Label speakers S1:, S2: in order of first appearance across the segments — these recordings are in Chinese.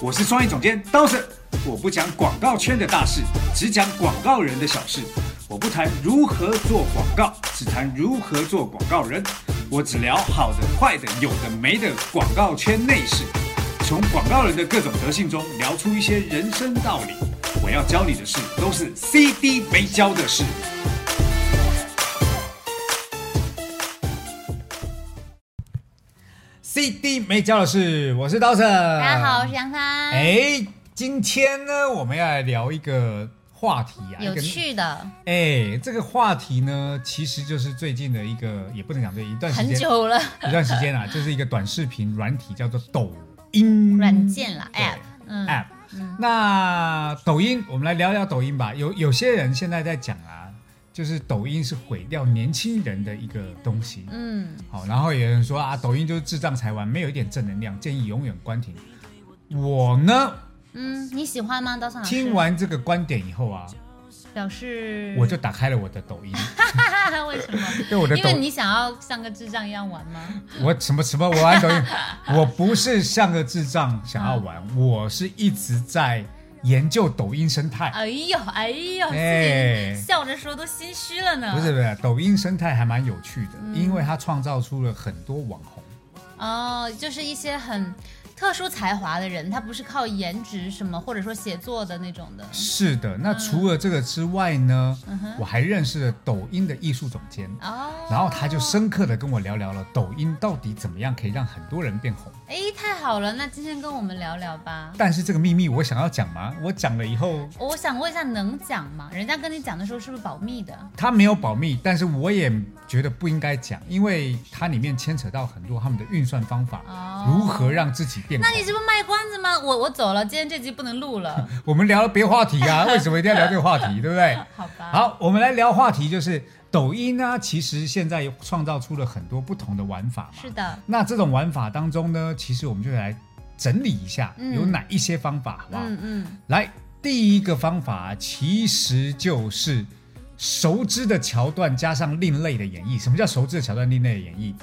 S1: 我是创意总监 Dawson，我不讲广告圈的大事，只讲广告人的小事。我不谈如何做广告，只谈如何做广告人。我只聊好的、坏的、有的没的广告圈内事，从广告人的各种德性中聊出一些人生道理。我要教你的事都是 CD 没教的事。CD 没教的事，我是刀神。大
S2: 大家好，我是杨三。
S1: 嗯哎，今天呢，我们要来聊一个话题啊，
S2: 有
S1: 一个
S2: 趣的，
S1: 哎，这个话题呢，其实就是最近的一个，也不能讲最近一段时
S2: 很
S1: 间，
S2: 久了，
S1: 一段时间啊，就是一个短视频软体叫做抖音
S2: 软件啦
S1: 对
S2: ，App，嗯
S1: App。
S2: 嗯
S1: 那抖音，我们来聊聊抖音吧。有有些人现在在讲啊，就是抖音是毁掉年轻人的一个东西。
S2: 嗯，
S1: 好，然后有人说啊，抖音就是智障才玩，没有一点正能量，建议永远关停。我呢，
S2: 嗯，你喜欢吗？刀上老师
S1: 听完这个观点以后啊，
S2: 表示，
S1: 我就打开了我的抖音，
S2: 为什么？
S1: 对 我的
S2: 嗯因
S1: 抖
S2: 为，你想要像个智障一样玩 吗？
S1: 我什么什么，我玩抖音，我不是像个智障想要 玩，
S2: 嗯
S1: 我是一直在研究抖音生态。
S2: 哎呦哎呦，
S1: 哎
S2: 自啊己笑着说都心虚了呢。
S1: 不是不是，抖音生态还蛮有趣的，
S2: 嗯
S1: 因为它创造出了很多网红。
S2: 哦，就是一些很特殊才华的人，他不是靠颜值什么，或者说写作的那种的。
S1: 是的，那除了这个之外呢，
S2: 嗯哼，
S1: 我还认识了抖音的艺术总监，
S2: 哦，
S1: 然后他就深刻的跟我聊聊了抖音到底怎么样可以让很多人变红。
S2: 哎，太好了，那今天跟我们聊聊吧。
S1: 但是这个秘密我想要讲吗？我讲了以后，
S2: 我想问一下，能讲吗？人家跟你讲的时候是不是保密的？
S1: 他没有保密，但是我也觉得不应该讲，因为它里面牵扯到很多他们的运算方法，
S2: 哦
S1: 如何让自己变
S2: 那
S1: 红。
S2: 你这不卖关子吗？我我走了，今天这集不能录 了，
S1: 我们聊了别话题 啊，为什么一定要聊这个话题，对不对？
S2: 好吧？，
S1: 好，我们来聊话题，就是抖音呢、其实现在创造出了很多不同的玩法嘛。
S2: 是的，
S1: 那这种玩法当中呢，其实我们就来整理一下，
S2: 嗯
S1: 有哪一些方法，好不好？
S2: 嗯嗯，
S1: 来，第一个方法其实就是熟知的桥段加上另类的演绎。什么叫熟知的桥段、另类的演绎？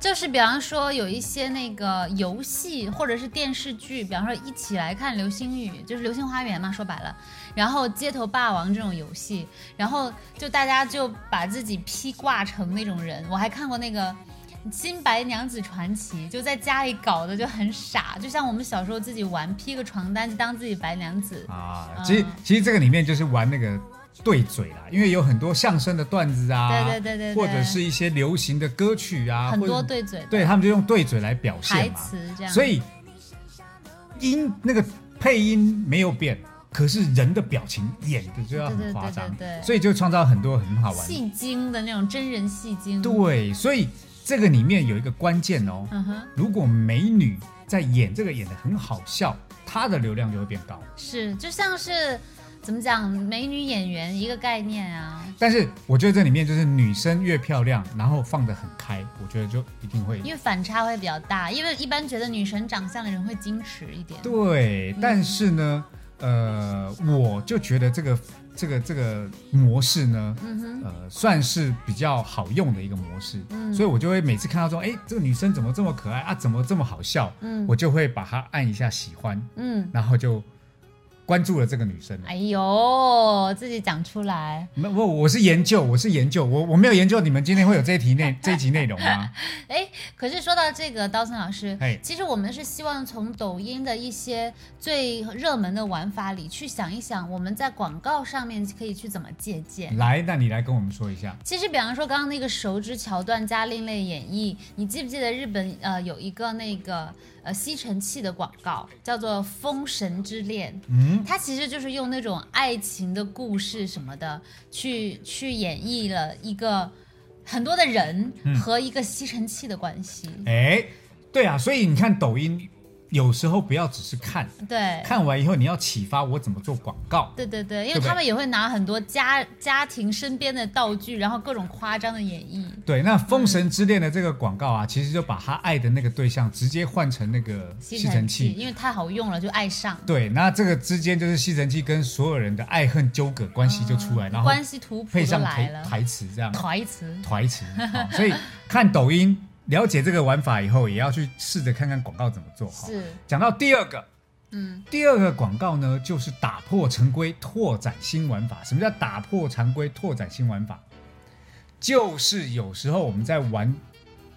S2: 就是比方说有一些那个游戏或者是电视剧，比方说一起来看《流星雨》，就是《流星花园》嘛，说白了，然后《街头霸王》这种游戏，然后就大家就把自己披挂成那种人。我还看过那个。新白娘子传奇就在家里搞的就很傻，就像我们小时候自己玩披个床单就当自己白娘子，
S1: 啊，
S2: 嗯
S1: 其实其实这个里面就是玩那个对嘴啦，因为有很多相声的段子啊，
S2: 对对对对对
S1: 或者是一些流行的歌曲啊，
S2: 很
S1: 或
S2: 多
S1: 者
S2: 对嘴的
S1: 对他们就用对嘴来表
S2: 台
S1: 现嘛，
S2: 词这样，
S1: 所以音那个配音没有变，可是人的表情演的就要很夸张
S2: 对对对对，对
S1: 所以就创造很多很好玩。
S2: 戏精的那种真人戏精，，
S1: 对，所以这个里面有一个关键哦，
S2: 嗯哼，
S1: 如果美女在演这个演的很好笑，她的流量就会变高。
S2: 是就像是怎么讲美女演员一个概念啊，
S1: 但是我觉得这里面就是女生越漂亮，然后放得很开，我觉得就一定会
S2: 因为反差会比较大，因为一般觉得女神长相的人会矜持一点，嗯
S1: 对。但是呢，呃，我就觉得这个这个这个模式呢，
S2: 嗯哼，
S1: 呃，算是比较好用的一个模式，
S2: 嗯
S1: 所以我就会每次看到说，哎，这个女生怎么这么可爱啊，怎么这么好笑，
S2: 嗯
S1: 我就会把她按一下喜欢，
S2: 嗯，
S1: 然后就关注了这个女生。
S2: 哎呦，自己讲出来，
S1: 没，我我是研究，我是研究，我我没有研究你们今天会有这一题内 这一集内容吗？
S2: 哎，可是说到这个，刀森老师
S1: 嘿，
S2: 其实我们是希望从抖音的一些最热门的玩法里去想一想，我们在广告上面可以去怎么借鉴。
S1: 来，那你来跟我们说一下。
S2: 其实，比方说刚刚那个熟知桥段加另类演绎，你记不记得日本呃有一个那个呃吸尘器的广告，叫做《封神之恋》，
S1: 嗯，
S2: 它其实就是用那种爱情的故事什么的去去演绎了一个很多的人
S1: 嗯
S2: 和一个吸尘器的关系。
S1: 哎，对啊，所以你看抖音，有时候不要只是看，
S2: 对，
S1: 看完以后你要启发我怎么做广告。
S2: 对对对，因
S1: 对
S2: 为
S1: 不对
S2: 他们也会拿很多家家庭身边的道具，然后各种夸张的演绎。
S1: 对，那《封神之恋》的这个广告啊，其实就把他爱的那个对象直接换成那个
S2: 吸
S1: 吸尘器。
S2: 因为太好用了，就爱上。
S1: 对，那这个之间就是吸尘器跟所有人的爱恨纠葛关系就出来，然后
S2: 嗯关系图谱
S1: 配
S2: 都
S1: 上
S2: 来
S1: 台
S2: 了，
S1: 台词这样，
S2: 台词。
S1: 台词、好所以看抖音了解这个玩法以后，也要去试着看看广告怎么做哈。
S2: 是
S1: 讲到第二个
S2: 嗯
S1: 第二个广告呢，就是打破常规，拓展新玩法。什么叫打破常规，拓展新玩法？就是有时候我们在玩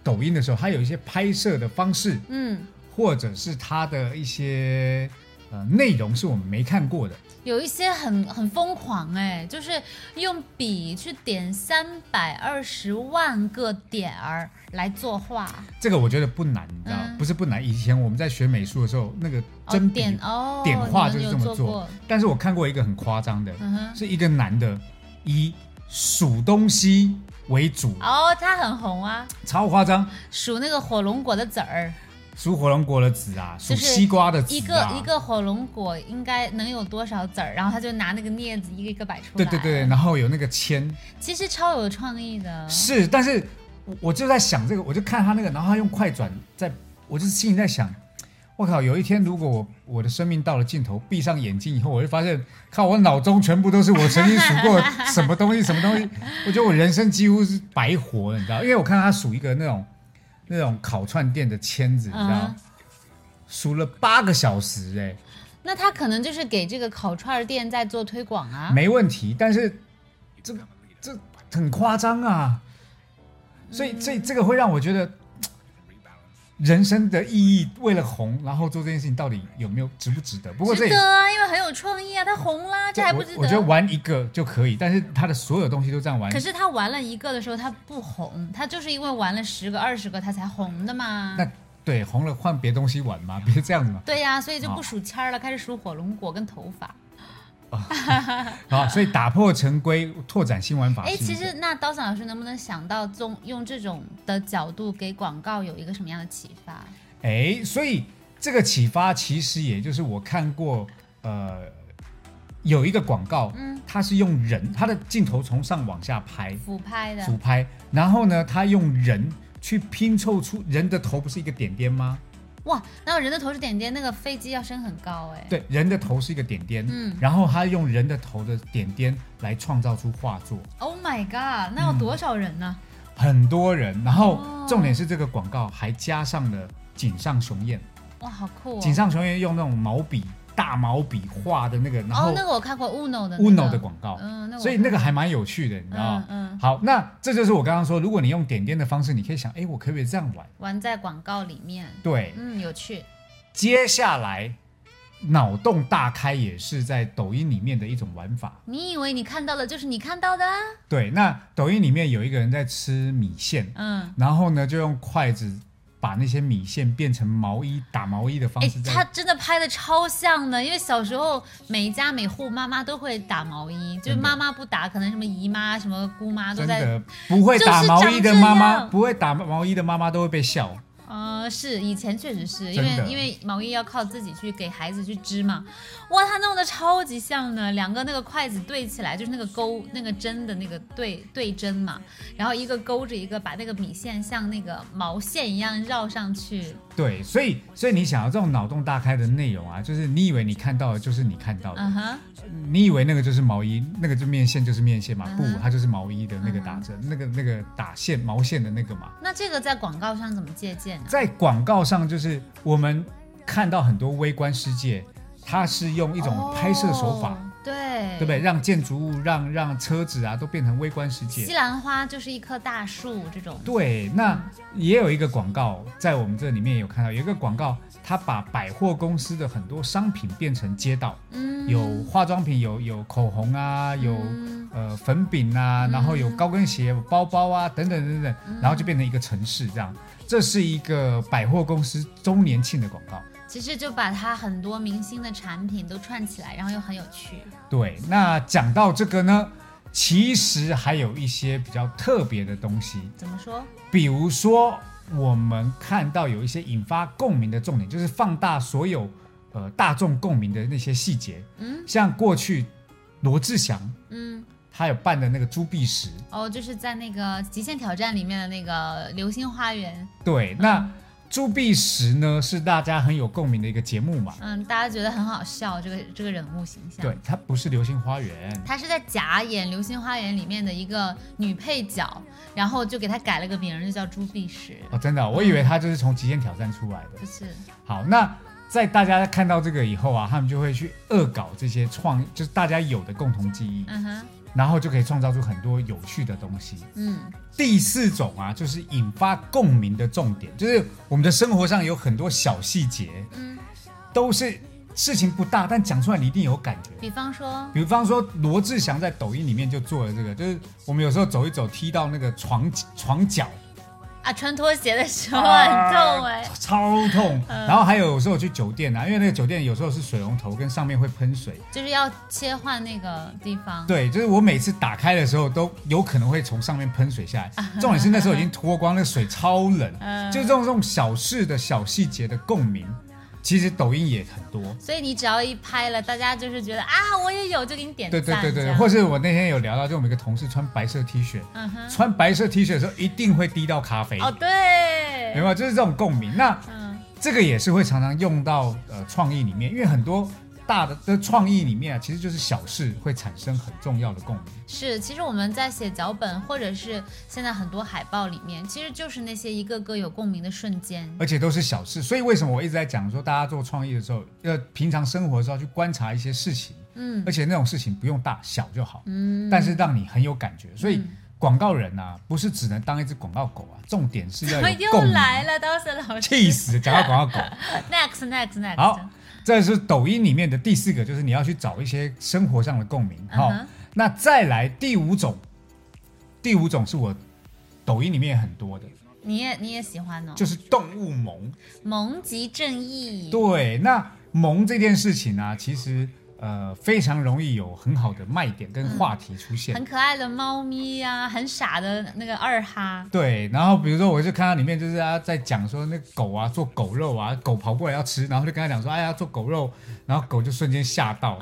S1: 抖音的时候，它有一些拍摄的方式，
S2: 嗯，
S1: 或者是它的一些呃内容是我们没看过的。
S2: 有一些很很疯狂哎、就是用笔去点三百二十万个点儿来作画，
S1: 这个我觉得不难，你知道吗，
S2: 嗯
S1: 不是不难。以前我们在学美术的时候，那个
S2: 哦
S1: 真，笔，
S2: 点哦，
S1: 点画
S2: 你
S1: 就是
S2: 们
S1: 这
S2: 有
S1: 么
S2: 做过，
S1: 但是我看过一个很夸张的，
S2: 嗯哼，
S1: 是一个男的以数东西为主，
S2: 哦，它很红啊，
S1: 超夸张。
S2: 数那个火龙果的籽儿，
S1: 数火龙果的籽啊，数
S2: 就是
S1: 西瓜的籽啊，
S2: 一个一个火龙果应该能有多少籽儿，然后他就拿那个镊子一个一个摆出
S1: 对
S2: 来。
S1: 对对，，然后有那个签
S2: 其实超有创意的。
S1: 是，但是我我就在想这个，我就看他那个，然后他用快转在，我就心里在想，我靠，有一天如果我我的生命到了尽头，闭上眼睛以后，我就发现，靠，我脑中全部都是我曾经数过什么东西什么东西，我觉得我人生几乎是白活了，你知道？因为我看他数一个那种那种烤串店的签子，你知道吗
S2: 嗯？
S1: 数了八个小时、哎。
S2: 那他可能就是给这个烤串儿店在做推广啊。
S1: 没问题，但是这个这很夸张啊，所以
S2: 嗯
S1: 这这个会让我觉得嘖人生的意义为了红，然后做这件事情到底有没有值不值得？不过这
S2: 值
S1: 也
S2: 得啊，因为很有创意啊，他红啦，这还不值
S1: 我我觉得
S2: 得。
S1: 玩一个就可以，但是他的所有东西都这样玩
S2: 可，是他玩了一个的时候，他不红，他就是因为玩了十个、二十个，他才红的嘛。
S1: 那对红了换别东西玩嘛，别这样子嘛
S2: 对呀、所以就
S1: 好
S2: 不数签儿了，开始数火龙果跟头发。
S1: 啊！所以打破陈规，拓展新玩啊法是
S2: 哎，
S1: 一个。
S2: 其实那刀伞老师能不能想到中用这种的角度给广告有一个什么样的启发？
S1: 哎，所以这个启发其实也就是我看过，呃，有一个广告，
S2: 嗯
S1: 它是用人，它的镜头从上往下拍，
S2: 俯拍的，
S1: 俯拍，然后呢，它用人去拼凑出人的头不是一个点点吗？
S2: 哇，那人的头是点点，那个飞机要升很高哎、
S1: 对，人的头是一个点点，
S2: 嗯
S1: 然后它用人的头的点点来创造出画作，
S2: Oh my god，那要
S1: 嗯
S2: 多少人呢？
S1: 很多人，然后
S2: 哦
S1: 重点是这个广告还加上了井上雄彦，
S2: 哇，好酷哦！
S1: 井上雄彦用那种毛笔大毛笔画的那个，然
S2: 哦
S1: 后，
S2: 那个我看过 Uno 的、那个、
S1: Uno 的广告，
S2: 嗯，那我
S1: 所以那个还蛮有趣的，你啊知道吗？
S2: 嗯嗯，
S1: 好，那这就是我刚刚说，如果你用点点的方式，你可以想，哎，我可不可以这样玩？
S2: 玩在广告里面，
S1: 对，
S2: 嗯，有趣，
S1: 接下来脑洞大开也是在抖音里面的一种玩法。
S2: 你以为你看到的就是你看到的、啊？
S1: 对，那抖音里面有一个人在吃米线，
S2: 嗯，
S1: 然后呢就用筷子把那些米线变成毛衣打毛衣的方
S2: 哎
S1: 式，在，
S2: 他真的拍的超像的，因为小时候每一家每户妈妈都会打毛衣，就是
S1: 真的
S2: 妈妈不打，可能什么姨妈、什么姑妈都
S1: 真
S2: 在。
S1: 的不会打毛衣的妈
S2: 就是长这
S1: 妈，
S2: 样
S1: 不会打毛衣的妈妈都会被笑。
S2: 呃，是以前确实是因
S1: 真
S2: 为
S1: 的
S2: 因为毛衣要靠自己去给孩子去织嘛，哇，他弄得超级像呢，两个那个筷子对起来就是那个钩那个针的那个对对针嘛，然后一个勾着一个，把那个米线像那个毛线一样绕上去，
S1: 对，所以所以你想要这种脑洞大开的内容啊，就是你以为你看到的就是你看到的，
S2: 嗯哼，
S1: 你以为那个就是毛衣，那个就面线就是面线嘛，
S2: 嗯
S1: 不
S2: 哼，
S1: 它就是毛衣的那个
S2: 嗯哼
S1: 打针，那个那个打线毛线的那个嘛。
S2: 那这个在广告上怎么借鉴呢、
S1: 在广告上，就是我们看到很多微观世界，它是用一种拍摄手法，
S2: 哦对
S1: 对不对？？让建筑物、让让车子啊都变成微观世
S2: 西
S1: 界。
S2: 兰花就是一棵大树这种，
S1: 对，那也有一个广告，在我们这里面有看到，有一个广告，它把百货公司的很多商品变成街道，
S2: 嗯，
S1: 有化妆品，有有口红啊，有
S2: 嗯
S1: 呃粉饼啊，
S2: 嗯
S1: 然后有高跟鞋、有包包啊，等等等等，
S2: 嗯
S1: 然后就变成一个城市这样。这是一个百货公司周年庆的广告。
S2: 其实就把它很多明星的产品都串起来，然后又很有趣。
S1: 对，那讲到这个呢，其实还有一些比较特别的东西，
S2: 怎么说？
S1: 比如说我们看到有一些引发共鸣的重点，就是放大所有呃大众共鸣的那些细节，
S2: 嗯
S1: 像过去罗志祥
S2: 嗯，
S1: 他有办的那个朱碧石，
S2: 哦，就是在那个《极限挑战》里面的那个流星花园，
S1: 对，那朱碧石呢是大家很有共鸣的一个节目嘛，
S2: 嗯，大家觉得很好笑，这个这个人物形象。
S1: 对，，它不是《流星花园》，
S2: 她是在假演《流星花园》里面的一个女配角，然后就给她改了个名儿，就叫朱碧石，
S1: 哦，真的哦、我以为它就是从《极限挑战》出来的
S2: 不。是？
S1: 好，那在大家看到这个以后啊，他们就会去恶搞这些创，就是大家有的共同记忆，
S2: 嗯哼，
S1: 然后就可以创造出很多有趣的东西。
S2: 嗯
S1: 第四种啊，就是引发共鸣的重点，就是我们的生活上有很多小细节，
S2: 嗯，
S1: 都是事情不大，但讲出来你一定有感觉。
S2: 比方说，
S1: 比方说，罗志祥在抖音里面就做了这个，就是我们有时候走一走，踢到那个床床脚，
S2: 啊，穿拖鞋的时候很痛哎、嗯
S1: 超痛。然后还有时候去酒店啊，因为那个酒店有时候是水龙头跟上面会喷水，
S2: 就是要切换那个地方。
S1: 对，就是我每次打开的时候都有可能会从上面喷水下来。重点是那时候已经脱光，那水超冷。
S2: 啊嗯
S1: 就这种这种小事的小细节的共鸣，其实抖音也很多。
S2: 所以你只要一拍了，大家就是觉得啊，我也有，就给你点
S1: 对
S2: 赞。
S1: 对对
S2: 这
S1: 对，
S2: 样
S1: 或是我那天有聊到，就我们一个同事穿白色 T 恤，
S2: 嗯哼，
S1: 穿白色 T 恤的时候一定会滴到咖啡，
S2: 哦对
S1: 有，没有？就是这种共鸣。那
S2: 嗯
S1: 这个也是会常常用到呃创意里面，因为很多大的的创意里面啊，其实就是小事会产生很重要的共鸣。
S2: 是，其实我们在写脚本或者是现在很多海报里面，其实就是那些一个个有共鸣的瞬间。
S1: 而且都是小事。所以为什么我一直在讲说，大家做创意的时候，要平常生活的时候去观察一些事情，
S2: 嗯
S1: 而且那种事情不用大小就好，
S2: 嗯，
S1: 但是让你很有感觉。所以广告人啊，不是只能当一只广告狗啊，重点是
S2: 怎
S1: 要
S2: 么
S1: 有
S2: 又
S1: 共鸣。
S2: 来了，刀森老师？
S1: 气死！讲到广告狗，
S2: Next next next。
S1: 好，这是抖音里面的第四个，就是你要去找一些生活上的共鸣。
S2: 嗯
S1: 好、
S2: 哼
S1: 那再来第五种，第五种是我抖音里面很多的，
S2: 你也你也喜欢哦，
S1: 就是动物萌。
S2: 嗯萌极正义。
S1: 对，那萌这件事情呢、啊其实呃非常容易有很好的卖点跟话题出现。
S2: 很可爱的猫咪呀、很傻的那个二哈，
S1: 对，然后比如说我就看到里面就是啊在讲说那狗啊做狗肉啊，狗跑过来要吃，然后就跟他讲说哎呀做狗肉，然后狗就瞬间吓到。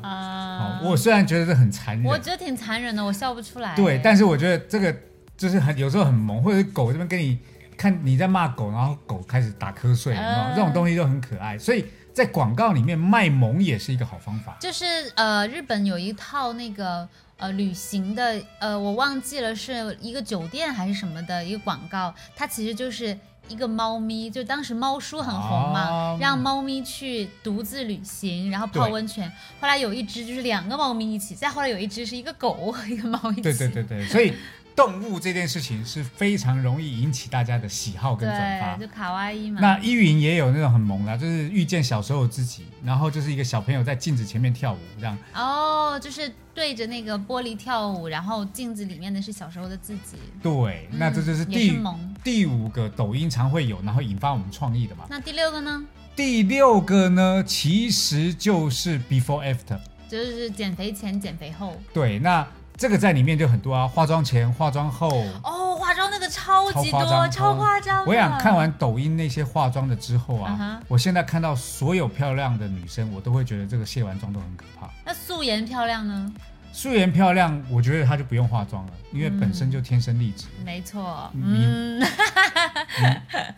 S1: 哦，
S2: 啊、
S1: 我虽然觉得这很残
S2: 我
S1: 忍，
S2: 觉得挺残忍的，我笑不出来。
S1: 对，但是我觉得这个就是很有时候很萌，或者是狗这边跟你看你在骂狗，然后狗开始打瞌睡，有没有
S2: 嗯
S1: 这种东西都很可爱，所以在广告里面卖萌也是一个好方法。
S2: 就是呃，日本有一套那个呃旅行的呃，我忘记了是一个酒店还是什么的一个广告，它其实就是一个猫咪，就当时猫叔很红嘛，
S1: 哦
S2: 让猫咪去独自旅行，然后泡
S1: 对
S2: 温泉。后来有一只就是两个猫咪一起，再后来有一只是一个狗 和一个猫一起。
S1: 对对对对，所以动物这件事情是非常容易引起大家的喜好跟转发
S2: 对，。就卡哇伊嘛。
S1: 那依云也有那种很萌的啊、就是遇见小时候的自己，然后就是一个小朋友在镜子前面跳舞这样。
S2: 哦，就是对着那个玻璃跳舞，然后镜子里面的是小时候的自己。
S1: 对，
S2: 嗯
S1: 那这就是
S2: 也
S1: 第
S2: 是萌
S1: 第五个抖音常会有，然后引发我们创意的嘛。
S2: 那第六个呢，
S1: 第六个呢，其实就是 before after。
S2: 就是减肥前、减肥后。
S1: 对，那这个在里面就很多啊，化妆前、化妆后。
S2: 哦，化妆那个超级
S1: 超夸张哦
S2: 多，超夸张的。
S1: 我想看完抖音那些化妆的之后啊
S2: 嗯哼
S1: 我现在看到所有漂亮的女生，我都会觉得这个卸完妆都很可怕。
S2: 那素颜漂亮呢？
S1: 素颜漂亮，我觉得她就不用化妆了，因为本身就天生丽质。
S2: 没错，
S1: 嗯
S2: 嗯，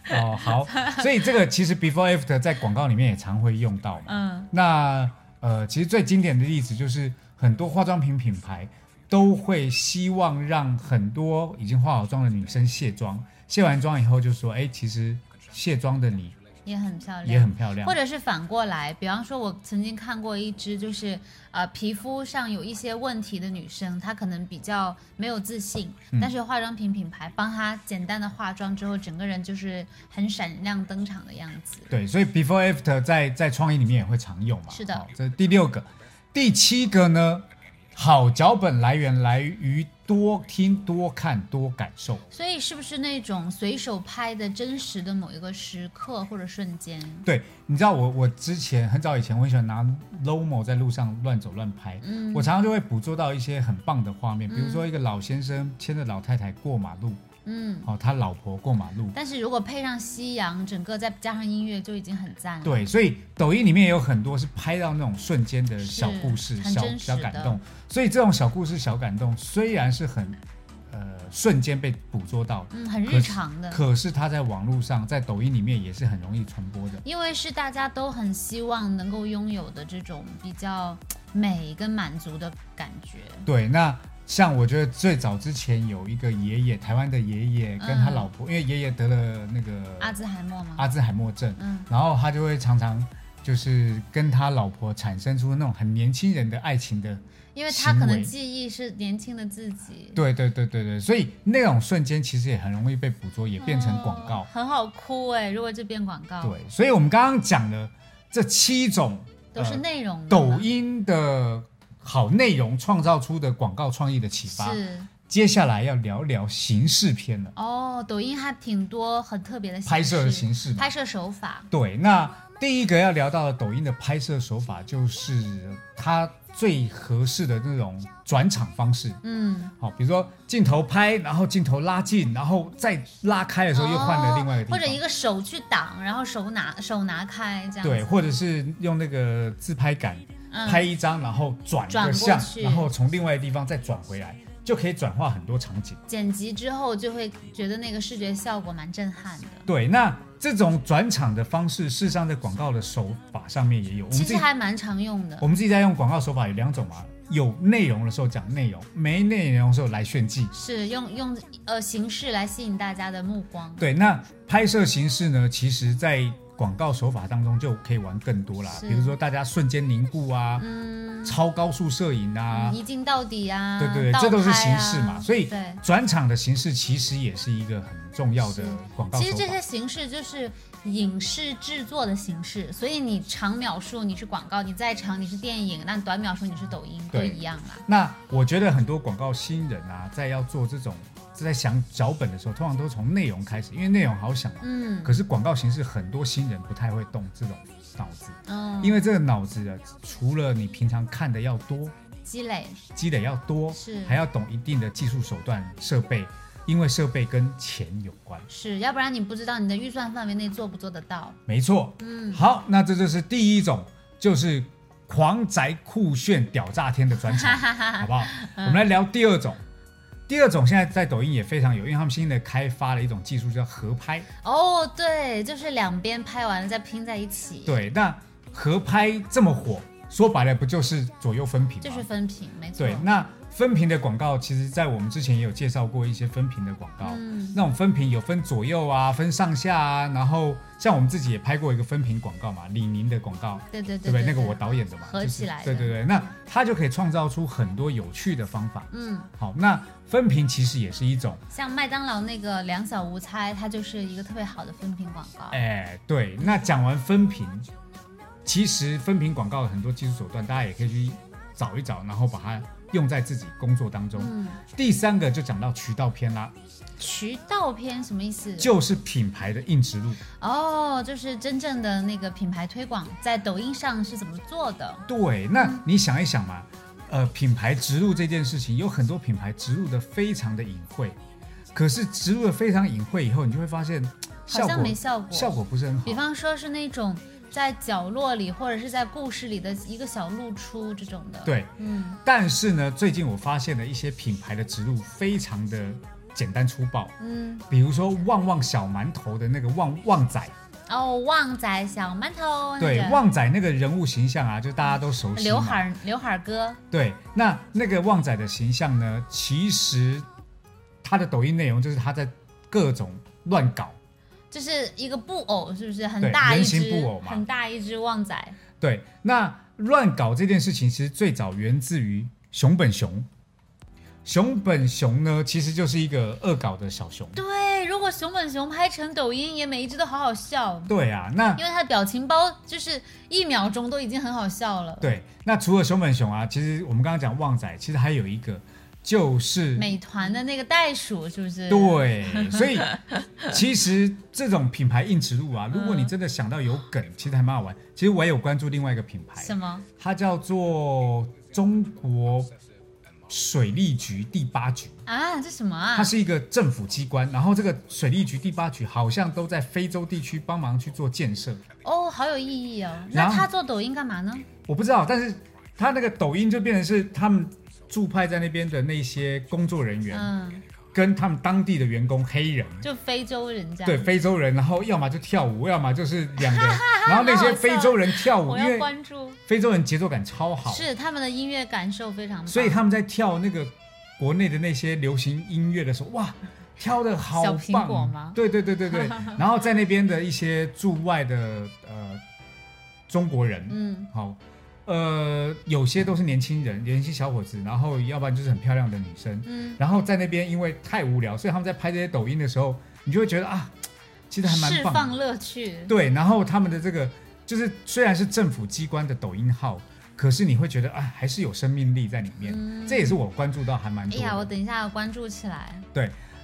S1: 哦， 好，所以这个其实 before after 在广告里面也常会用到嘛。
S2: 嗯，
S1: 那呃，其实最经典的例子就是很多化妆品品牌都会希望让很多已经化好妆的女生卸妆，卸完妆以后就说，哎，其实卸妆的你
S2: 也很漂亮，
S1: 也很漂亮
S2: 或。者是反过来，比方说，我曾经看过一只就是呃皮肤上有一些问题的女生，她可能比较没有自信，
S1: 嗯
S2: 但是化妆品品牌帮她简单的化妆之后，整个人就是很闪亮登场的样子。
S1: 对，所以 before after 在在创意里面也会常用嘛。
S2: 是的
S1: 好这是第六个，第七个呢，好脚本来源来于多听、多看、多感受。
S2: 所以是不是那种随手拍的真实的某一个时刻或者瞬间？
S1: 对，你知道我我之前很早以前，我很喜欢拿 Lomo 在路上乱走乱拍，
S2: 嗯
S1: 我常常就会捕捉到一些很棒的画面，比如说一个老先生牵着老太太过马路，
S2: 嗯。
S1: 哦，他老婆过马路。
S2: 但是如果配上夕阳，整个再加上音乐，就已经很赞了。
S1: 对，所以抖音里面也有很多是拍到那种瞬间的小故事、
S2: 是很
S1: 小
S2: 真实
S1: 小
S2: 的
S1: 感动。所以这种小故事、小感动虽然是很呃瞬间被捕捉到，
S2: 嗯，很
S1: 可
S2: 日
S1: 是
S2: 常的。
S1: 可是它在网络上、在抖音里面也是很容易传播的。
S2: 因为是大家都很希望能够拥有的这种比较美跟满足的感觉。
S1: 对，那像我觉得最早之前有一个爷爷，台湾的爷爷跟他
S2: 嗯
S1: 老婆，因为爷爷得了那个
S2: 阿兹海默吗？
S1: 阿兹海默症，
S2: 嗯
S1: 然后他就会常常就是跟他老婆产生出那种很年轻人的爱情的，
S2: 因为他
S1: 行
S2: 可能
S1: 为
S2: 记忆是年轻的自己，
S1: 对对对对对，所以那种瞬间其实也很容易被捕捉，也变成广告。
S2: 哦很好哭哎、如果这变广告，
S1: 对，所以我们刚刚讲的这七种
S2: 都是
S1: 呃
S2: 内容的嘛、
S1: 抖音的好内容创造出的广告创意的启发，
S2: 是
S1: 接下来要聊聊形式片了，
S2: 哦，抖音还挺多很特别的
S1: 拍摄的
S2: 形
S1: 形
S2: 式
S1: 式嘛。
S2: 拍摄手法，
S1: 对，那第一个要聊到的抖音的拍摄手法，就是它最合适的那种转场方式。
S2: 嗯，
S1: 好，比如说镜头拍，然后镜头拉近，然后再拉开的时候又换了另外一个地
S2: 哦
S1: 方，
S2: 或者一个手去挡，然后手拿手拿开这样子，
S1: 对，或者是用那个自拍杆
S2: 嗯
S1: 拍一张，然后转
S2: 转
S1: 个
S2: 过
S1: 向，
S2: 去
S1: 然后从另外的地方再转回来，就可以转化很多场景。
S2: 剪辑之后就会觉得那个视觉效果蛮震撼的。
S1: 对，那这种转场的方式，事实上在广告的手法上面也有。我们
S2: 其
S1: 自
S2: 实
S1: 己
S2: 还蛮常用的
S1: 我，们自己在用广告手法有两种嘛，有内容的时候讲内容，没内容的时候来炫技。
S2: 是用用呃形式来吸引大家的目光。
S1: 对，那拍摄形式呢，其实在广告手法当中就可以玩更多啦，
S2: 是
S1: 比如说大家瞬间凝固啊，超高速摄影啊，
S2: 嗯一镜到底啊，
S1: 对对对
S2: 倒
S1: 这都是
S2: 拍啊
S1: 形式嘛所以
S2: 对，
S1: 转场的形式其实也是一个很重要的
S2: 是
S1: 广告
S2: 其实
S1: 手
S2: 这些
S1: 法。
S2: 形式就是影视制作的形式，所以你长描述你是广告，你再长你是电影，那短描述你是抖音，都
S1: 对
S2: 一样啊啦。
S1: 那我觉得很多广告新人啊，在要做这种在想脚本的时候，通常都从内容开始，因为内容好想嘛。
S2: 嗯
S1: 可是广告形式很多新人不太会动这种脑子，
S2: 嗯，
S1: 因为这个脑子啊，除了你平常看的要多，
S2: 积累
S1: 积累要多，
S2: 是
S1: 还要懂一定的技术手段、设备，因为设备跟钱有关。
S2: 是要不然你不知道你的预算范围内做不做得到。
S1: 没错，嗯，好，那这就是第一种，就是狂宅酷炫屌炸天的转 场，好不好？我们来聊第二种。第二种现在在抖音也非常有，因为他们新的开发了一种技术叫合拍。
S2: 哦，对，就是两边拍完了再拼在一起，，
S1: 对，那合拍这么火，说白了不就是左右分屏吗？
S2: 就是分屏，没错。
S1: 对，那分屏的广告，其实在我们之前也有介绍过一些分屏的广告，
S2: 嗯
S1: 那种分屏有分左右啊，分上下啊，然后像我们自己也拍过一个分屏广告嘛，李宁的广告，
S2: 对对
S1: 对
S2: 对
S1: 不对？那个我导演的嘛，
S2: 合起来的
S1: 就是对对对，那它就可以创造出很多有趣的方法。
S2: 嗯，
S1: 好，那分屏其实也是一种，
S2: 像麦当劳那个两小无猜，它就是一个特别好的分屏广告。
S1: 哎，对。那讲完分屏，其实分屏广告的很多技术手段，大家也可以去找一找，然后把它用在自己工作当中。
S2: 嗯，
S1: 第三个就讲到渠道片啦，
S2: 渠道片什么意思？
S1: 就是品牌的硬植入。
S2: 哦，就是真正的那个品牌推广在抖音上是怎么做的？
S1: 对，那你想一想嘛，呃，品牌植入这件事情，有很多品牌植入的非常的隐晦，可是植入的非常隐晦以后，你就会发现效果
S2: 好像没效果。
S1: 效果不是很
S2: 比
S1: 好。
S2: 方说是那种在角落里或者是在故事里的一个小露出这种的。，
S1: 对，
S2: 嗯
S1: 但是呢，最近我发现了一些品牌的植入非常的简单粗暴，
S2: 嗯，
S1: 比如说旺旺小馒头的那个旺旺仔，
S2: 哦，旺仔小馒头，
S1: 对
S2: 那，个
S1: 旺仔那个人物形象啊，就大家都熟悉嘛。
S2: 刘海儿刘海儿哥，
S1: 对，那那个旺仔的形象呢，其实他的抖音内容就是他在各种乱搞。
S2: 就是一个布偶，是不是很
S1: 对
S2: 大一
S1: 人形
S2: 只
S1: 布偶嘛
S2: 很大一只旺仔。
S1: 对，那乱搞这件事情其实最早源自于熊本熊。熊本熊呢，其实就是一个恶搞的小熊。
S2: 对，如果熊本熊拍成抖音，也每一只都好好笑，
S1: 对啊，那
S2: 因为它的表情包就是一秒钟都已经很好笑了。，
S1: 对，那除了熊本熊啊，其实我们刚刚讲旺仔，其实还有一个就是
S2: 美团的那个袋鼠是不 是？，嗯
S1: 对，所 以其实这种品牌硬植入啊，如果
S2: 嗯
S1: 你真的想到有梗，其实还蛮好玩。其实我也有关注另外一个品牌，
S2: 什么？
S1: 它叫做中国水利局第八局，
S2: 啊，这什么啊
S1: 它？是一个政府机关。然后这个水利局第八局好像都在非洲地区帮忙去做建设，
S2: 哦，好有意义哦。
S1: 然
S2: 那
S1: 后
S2: 他做抖音干嘛呢？
S1: 我不知道，但是它那个抖音就变成是他们驻派在那边的那些工作人员、
S2: 嗯，
S1: 跟他们当地的员工黑人。
S2: 就非洲人这样。
S1: 对，非洲人，然后要么就跳舞，要么就是两个，然后那些非洲人跳舞，
S2: 我
S1: 因
S2: 要
S1: 为
S2: 关注。
S1: 非洲人节奏感超好，
S2: 是他们的音乐感受非常棒，
S1: 所以他们在跳那个国内的那些流行音乐的时候，哇，跳的好
S2: 小苹
S1: 棒，
S2: 果吗
S1: 对对对对对，然后在那边的一些驻外的呃中国人，
S2: 嗯
S1: 好，呃，有些都是年轻人，年轻小伙子，然后要不然就是很漂亮的女生，
S2: 嗯，
S1: 然后在那边因为太无聊，所以他们在拍这些抖音的时候，你就会觉得啊，其实还蛮
S2: 释
S1: 棒的。
S2: 放乐趣，
S1: 对，然后他们的这个就是虽然是政府机关的抖音号，可是你会觉得啊，还是有生命力在里面。
S2: 嗯
S1: 这也是我关注到还蛮
S2: 哎
S1: 多的。
S2: 呀，我等一下要关注起来，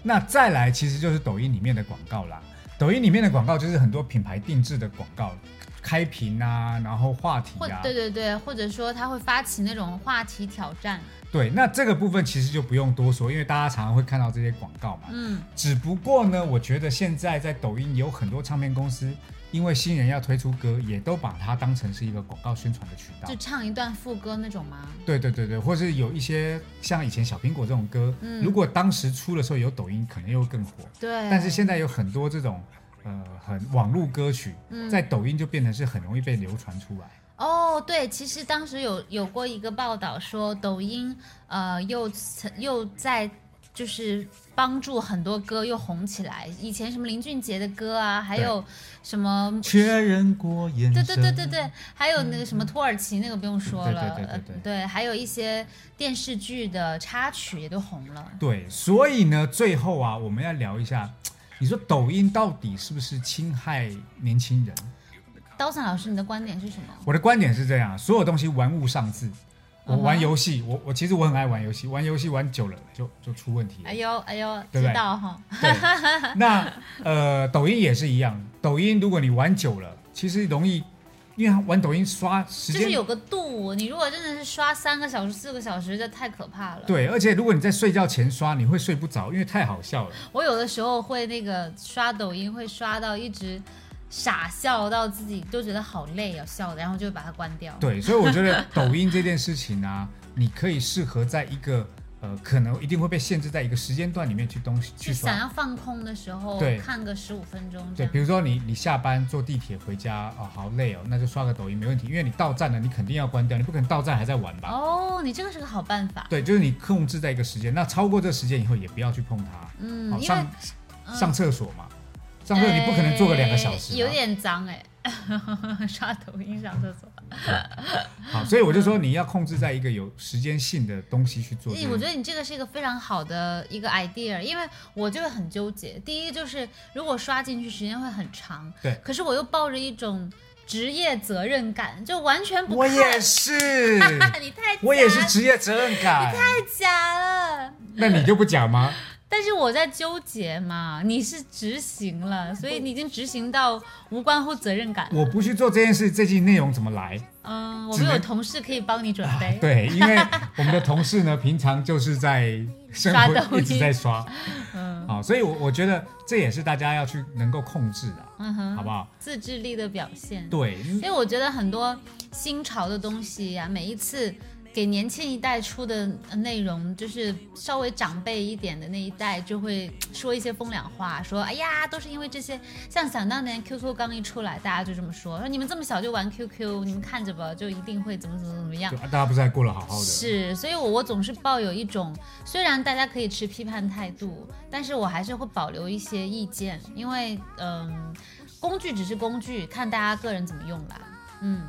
S1: 那再来其实就是抖音里面的广告啦，抖音里面的广告就是很多品牌定制的广告，开屏啊，然后话题
S2: 或
S1: 啊，
S2: 对对对，或者说他会发起那种话题挑战，
S1: 对那这个部分其实就不用多说，因为大家常常会看到这些广告嘛。
S2: 嗯
S1: 只不过呢，我觉得现在在抖音有很多唱片公司，因为新人要推出歌，也都把它当成是一个广告宣传的渠道
S2: 就。唱一段副歌那种吗？
S1: 对对对对，或是有一些像以前小苹果这种歌，
S2: 嗯
S1: 如果当时出的时候有抖音，可能又更火。
S2: 对，
S1: 但是现在有很多这种呃很网络歌曲，
S2: 嗯
S1: 在抖音就变成是很容易被流传出来。
S2: 哦，对，其实当时有有过一个报道说，抖音呃又曾又在就是帮助很多歌又红起来，以前什么林俊杰的歌啊，还有什么。
S1: 确认过眼
S2: 对
S1: 神，
S2: 嗯对对对对，还有那个什么土耳其那个不用说
S1: 对对
S2: 了，
S1: 嗯对对
S2: 呃
S1: 对
S2: 对，还有一些电视剧的插曲也都红了。
S1: 对所以呢，最后啊，我们要聊一下，你说抖音到底是不是侵害年轻人？
S2: 刀森老师，你的观点是什么？
S1: 我的观点是这样，啊所有东西玩物丧志。我
S2: 嗯哼
S1: 玩游戏，我我其实我很爱玩游戏，玩游戏玩久了就就出问题了
S2: 哎。呦哎呦，
S1: 对不对
S2: 知道哈，
S1: 对，那呃，抖音也是一样，抖音如果你玩久了，其实容易，因为玩抖音刷时
S2: 就
S1: 间
S2: 是有个度，你如果真的是刷三个小时、四个小时，这太可怕了。
S1: 对，而且如果你在睡觉前刷，你会睡不着，因为太好 笑了。
S2: 我有的时候会那个刷抖音，会刷到一直傻笑到自己都觉得好累要笑的，然后就会把它关掉。
S1: 对，所以我觉得抖音这件事情啊，你可以适合在一个呃，可能一定会被限制在一个时间段里面去东西去
S2: 就想
S1: 刷。
S2: 要放空的时候
S1: 对
S2: 看个十五分钟这
S1: 对，
S2: 样
S1: 比。如说你你下班坐地铁回家哦，好累哦，那就刷个抖音没问题，因为你到站了，你肯定要关掉，你不可能到站还在玩吧？
S2: 哦，你这个是个好办法。
S1: 对，就是你控制在一个时间，那超过这个时间以后也不要去碰它。
S2: 嗯
S1: 好，
S2: 因为
S1: 上上厕所嘛，上厕所你不可能坐个两个小时、
S2: 呃
S1: 啊，
S2: 有点脏哎、 刷抖音上厕所。
S1: 嗯好，所以我就说你要控制在一个有时间性的东西去做这
S2: 诶
S1: 个。
S2: 嗯哎我觉得你这个是一个非常好的一个 idea，因为我就会很纠结。第一就是如果刷进去时间会很长，
S1: 对
S2: 可是我又抱着一种职业责任感，就完全不
S1: 我
S2: 看。
S1: 也 是，
S2: 你太
S1: 我也是
S2: 假
S1: 职业责任感。
S2: 假了。
S1: 那你就不讲吗？
S2: 但是我在纠结嘛，你是执行了，所以你已经执行到无关乎责任感。
S1: 我不去做这件事，这期内容怎么来？
S2: 嗯，我
S1: 只
S2: 们
S1: 能啊
S2: 有同事可以帮你准备。
S1: 对，因 为我们的同事呢，平常就是在生
S2: 刷抖
S1: 活
S2: 音
S1: 一直在刷，
S2: 嗯
S1: 好，所以我我觉得这也是大家要去能够控制的，
S2: 嗯哼，
S1: 好不好？
S2: 自制力的表现。
S1: 对，
S2: 因为我觉得很多新潮的东西呀、每一次给年轻一代出的内容，就是稍微长辈一点的那一代就会说一些风凉话，说哎呀，都是因为这些。像想当年 QQ 刚一出来，大家就这么说，说你们这么小就玩 QQ，你们看着吧，就一定会怎么怎么怎么样
S1: 就。大家不是还过得好好的？
S2: 是，所以我我总是抱有一种，虽然大家可以持批判态度，但是我还是会保留一些意见，因为嗯，工具只是工具，看大家个人怎么用吧。嗯，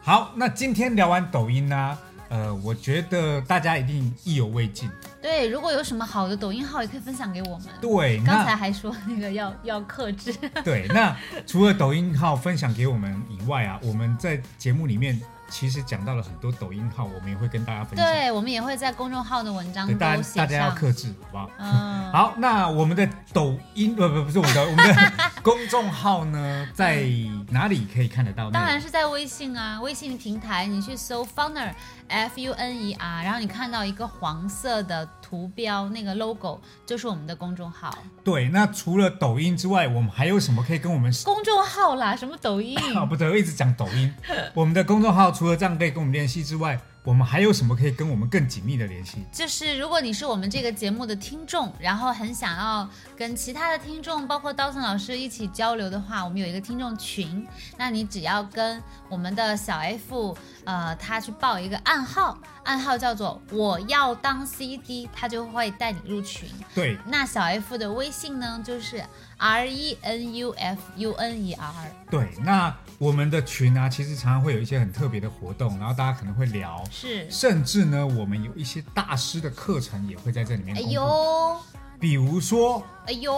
S1: 好，那今天聊完抖音呢、呃，我觉得大家一定意犹未尽。
S2: 对，如果有什么好的抖音号，也可以分享给我们。
S1: 对，
S2: 刚才
S1: 那
S2: 还说那个要要克制，
S1: 对，那除了抖音号分享给我们以外啊，我们在节目里面其实讲到了很多抖音号，我们也会跟大家分享。
S2: 对我们也会在公众号的文章
S1: 对，大
S2: 都
S1: 家
S2: 写
S1: 大家要
S2: 上。
S1: 克 制，好不好？
S2: 嗯，
S1: 好，那我们的抖音不不不是我们的 我们的公众号呢，在哪里可以看得到呢？
S2: 嗯当然是在微信啊，微信平台你去搜 Funer F U N E R，然后你看到一个黄色的图标，那个 logo 就是我们的公众号。
S1: 对。那除了抖音之外，我们还有什么可以跟我们
S2: 公众号啦，什么抖音？
S1: 啊，不对，我一直讲抖 音。我们的公众号除了这样可以跟我们联系之外，我们还有什么可以跟我们更紧密的联系？
S2: 就是如果你是我们这个节目的听众，然后很想要跟其他的听众，包括刀森老师一起交流的话，我们有一个听众群，那你只要跟我们的小 F，呃，他去报一个暗号，暗号叫做我要当 CD，他就会带你入群。
S1: 对
S2: 那小 F 的微信呢，就是 R E N U F U N E R。
S1: 对，那我们的群啊，其实常常会有一些很特别的活动，然后大家可能会聊，
S2: 是，
S1: 甚至呢，我们有一些大师的课程也会在这里面
S2: 哎
S1: 公布。
S2: 呦，
S1: 比如说
S2: 哎呦，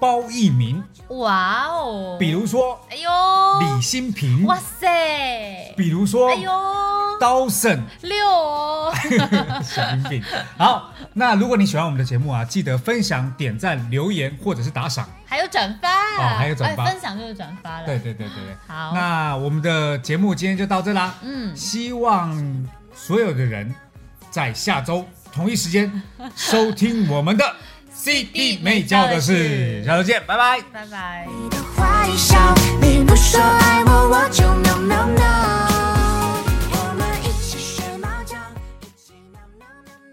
S1: 包奕明，
S2: 哇哦，
S1: 比，如说
S2: 哎呦，
S1: 李新平，
S2: 哇塞，
S1: 比如说
S2: 哎呦，
S1: Dawson
S2: 六哦，
S1: 神经病。好，那如果你喜欢我们的节目啊，记得分享、点赞、留言或者是打赏。
S2: 还有转发，
S1: 哦还有转发
S2: 哎分享就是转发了，
S1: 对，对对对对。
S2: 好
S1: 那我们的节目今天就到这啦。
S2: 嗯，
S1: 希望所有的人在下周同一时间收听我们的 CD 妹教的事，下周见，拜拜。
S2: 拜拜。
S3: 你的坏笑，你不说爱我，我就 no no no。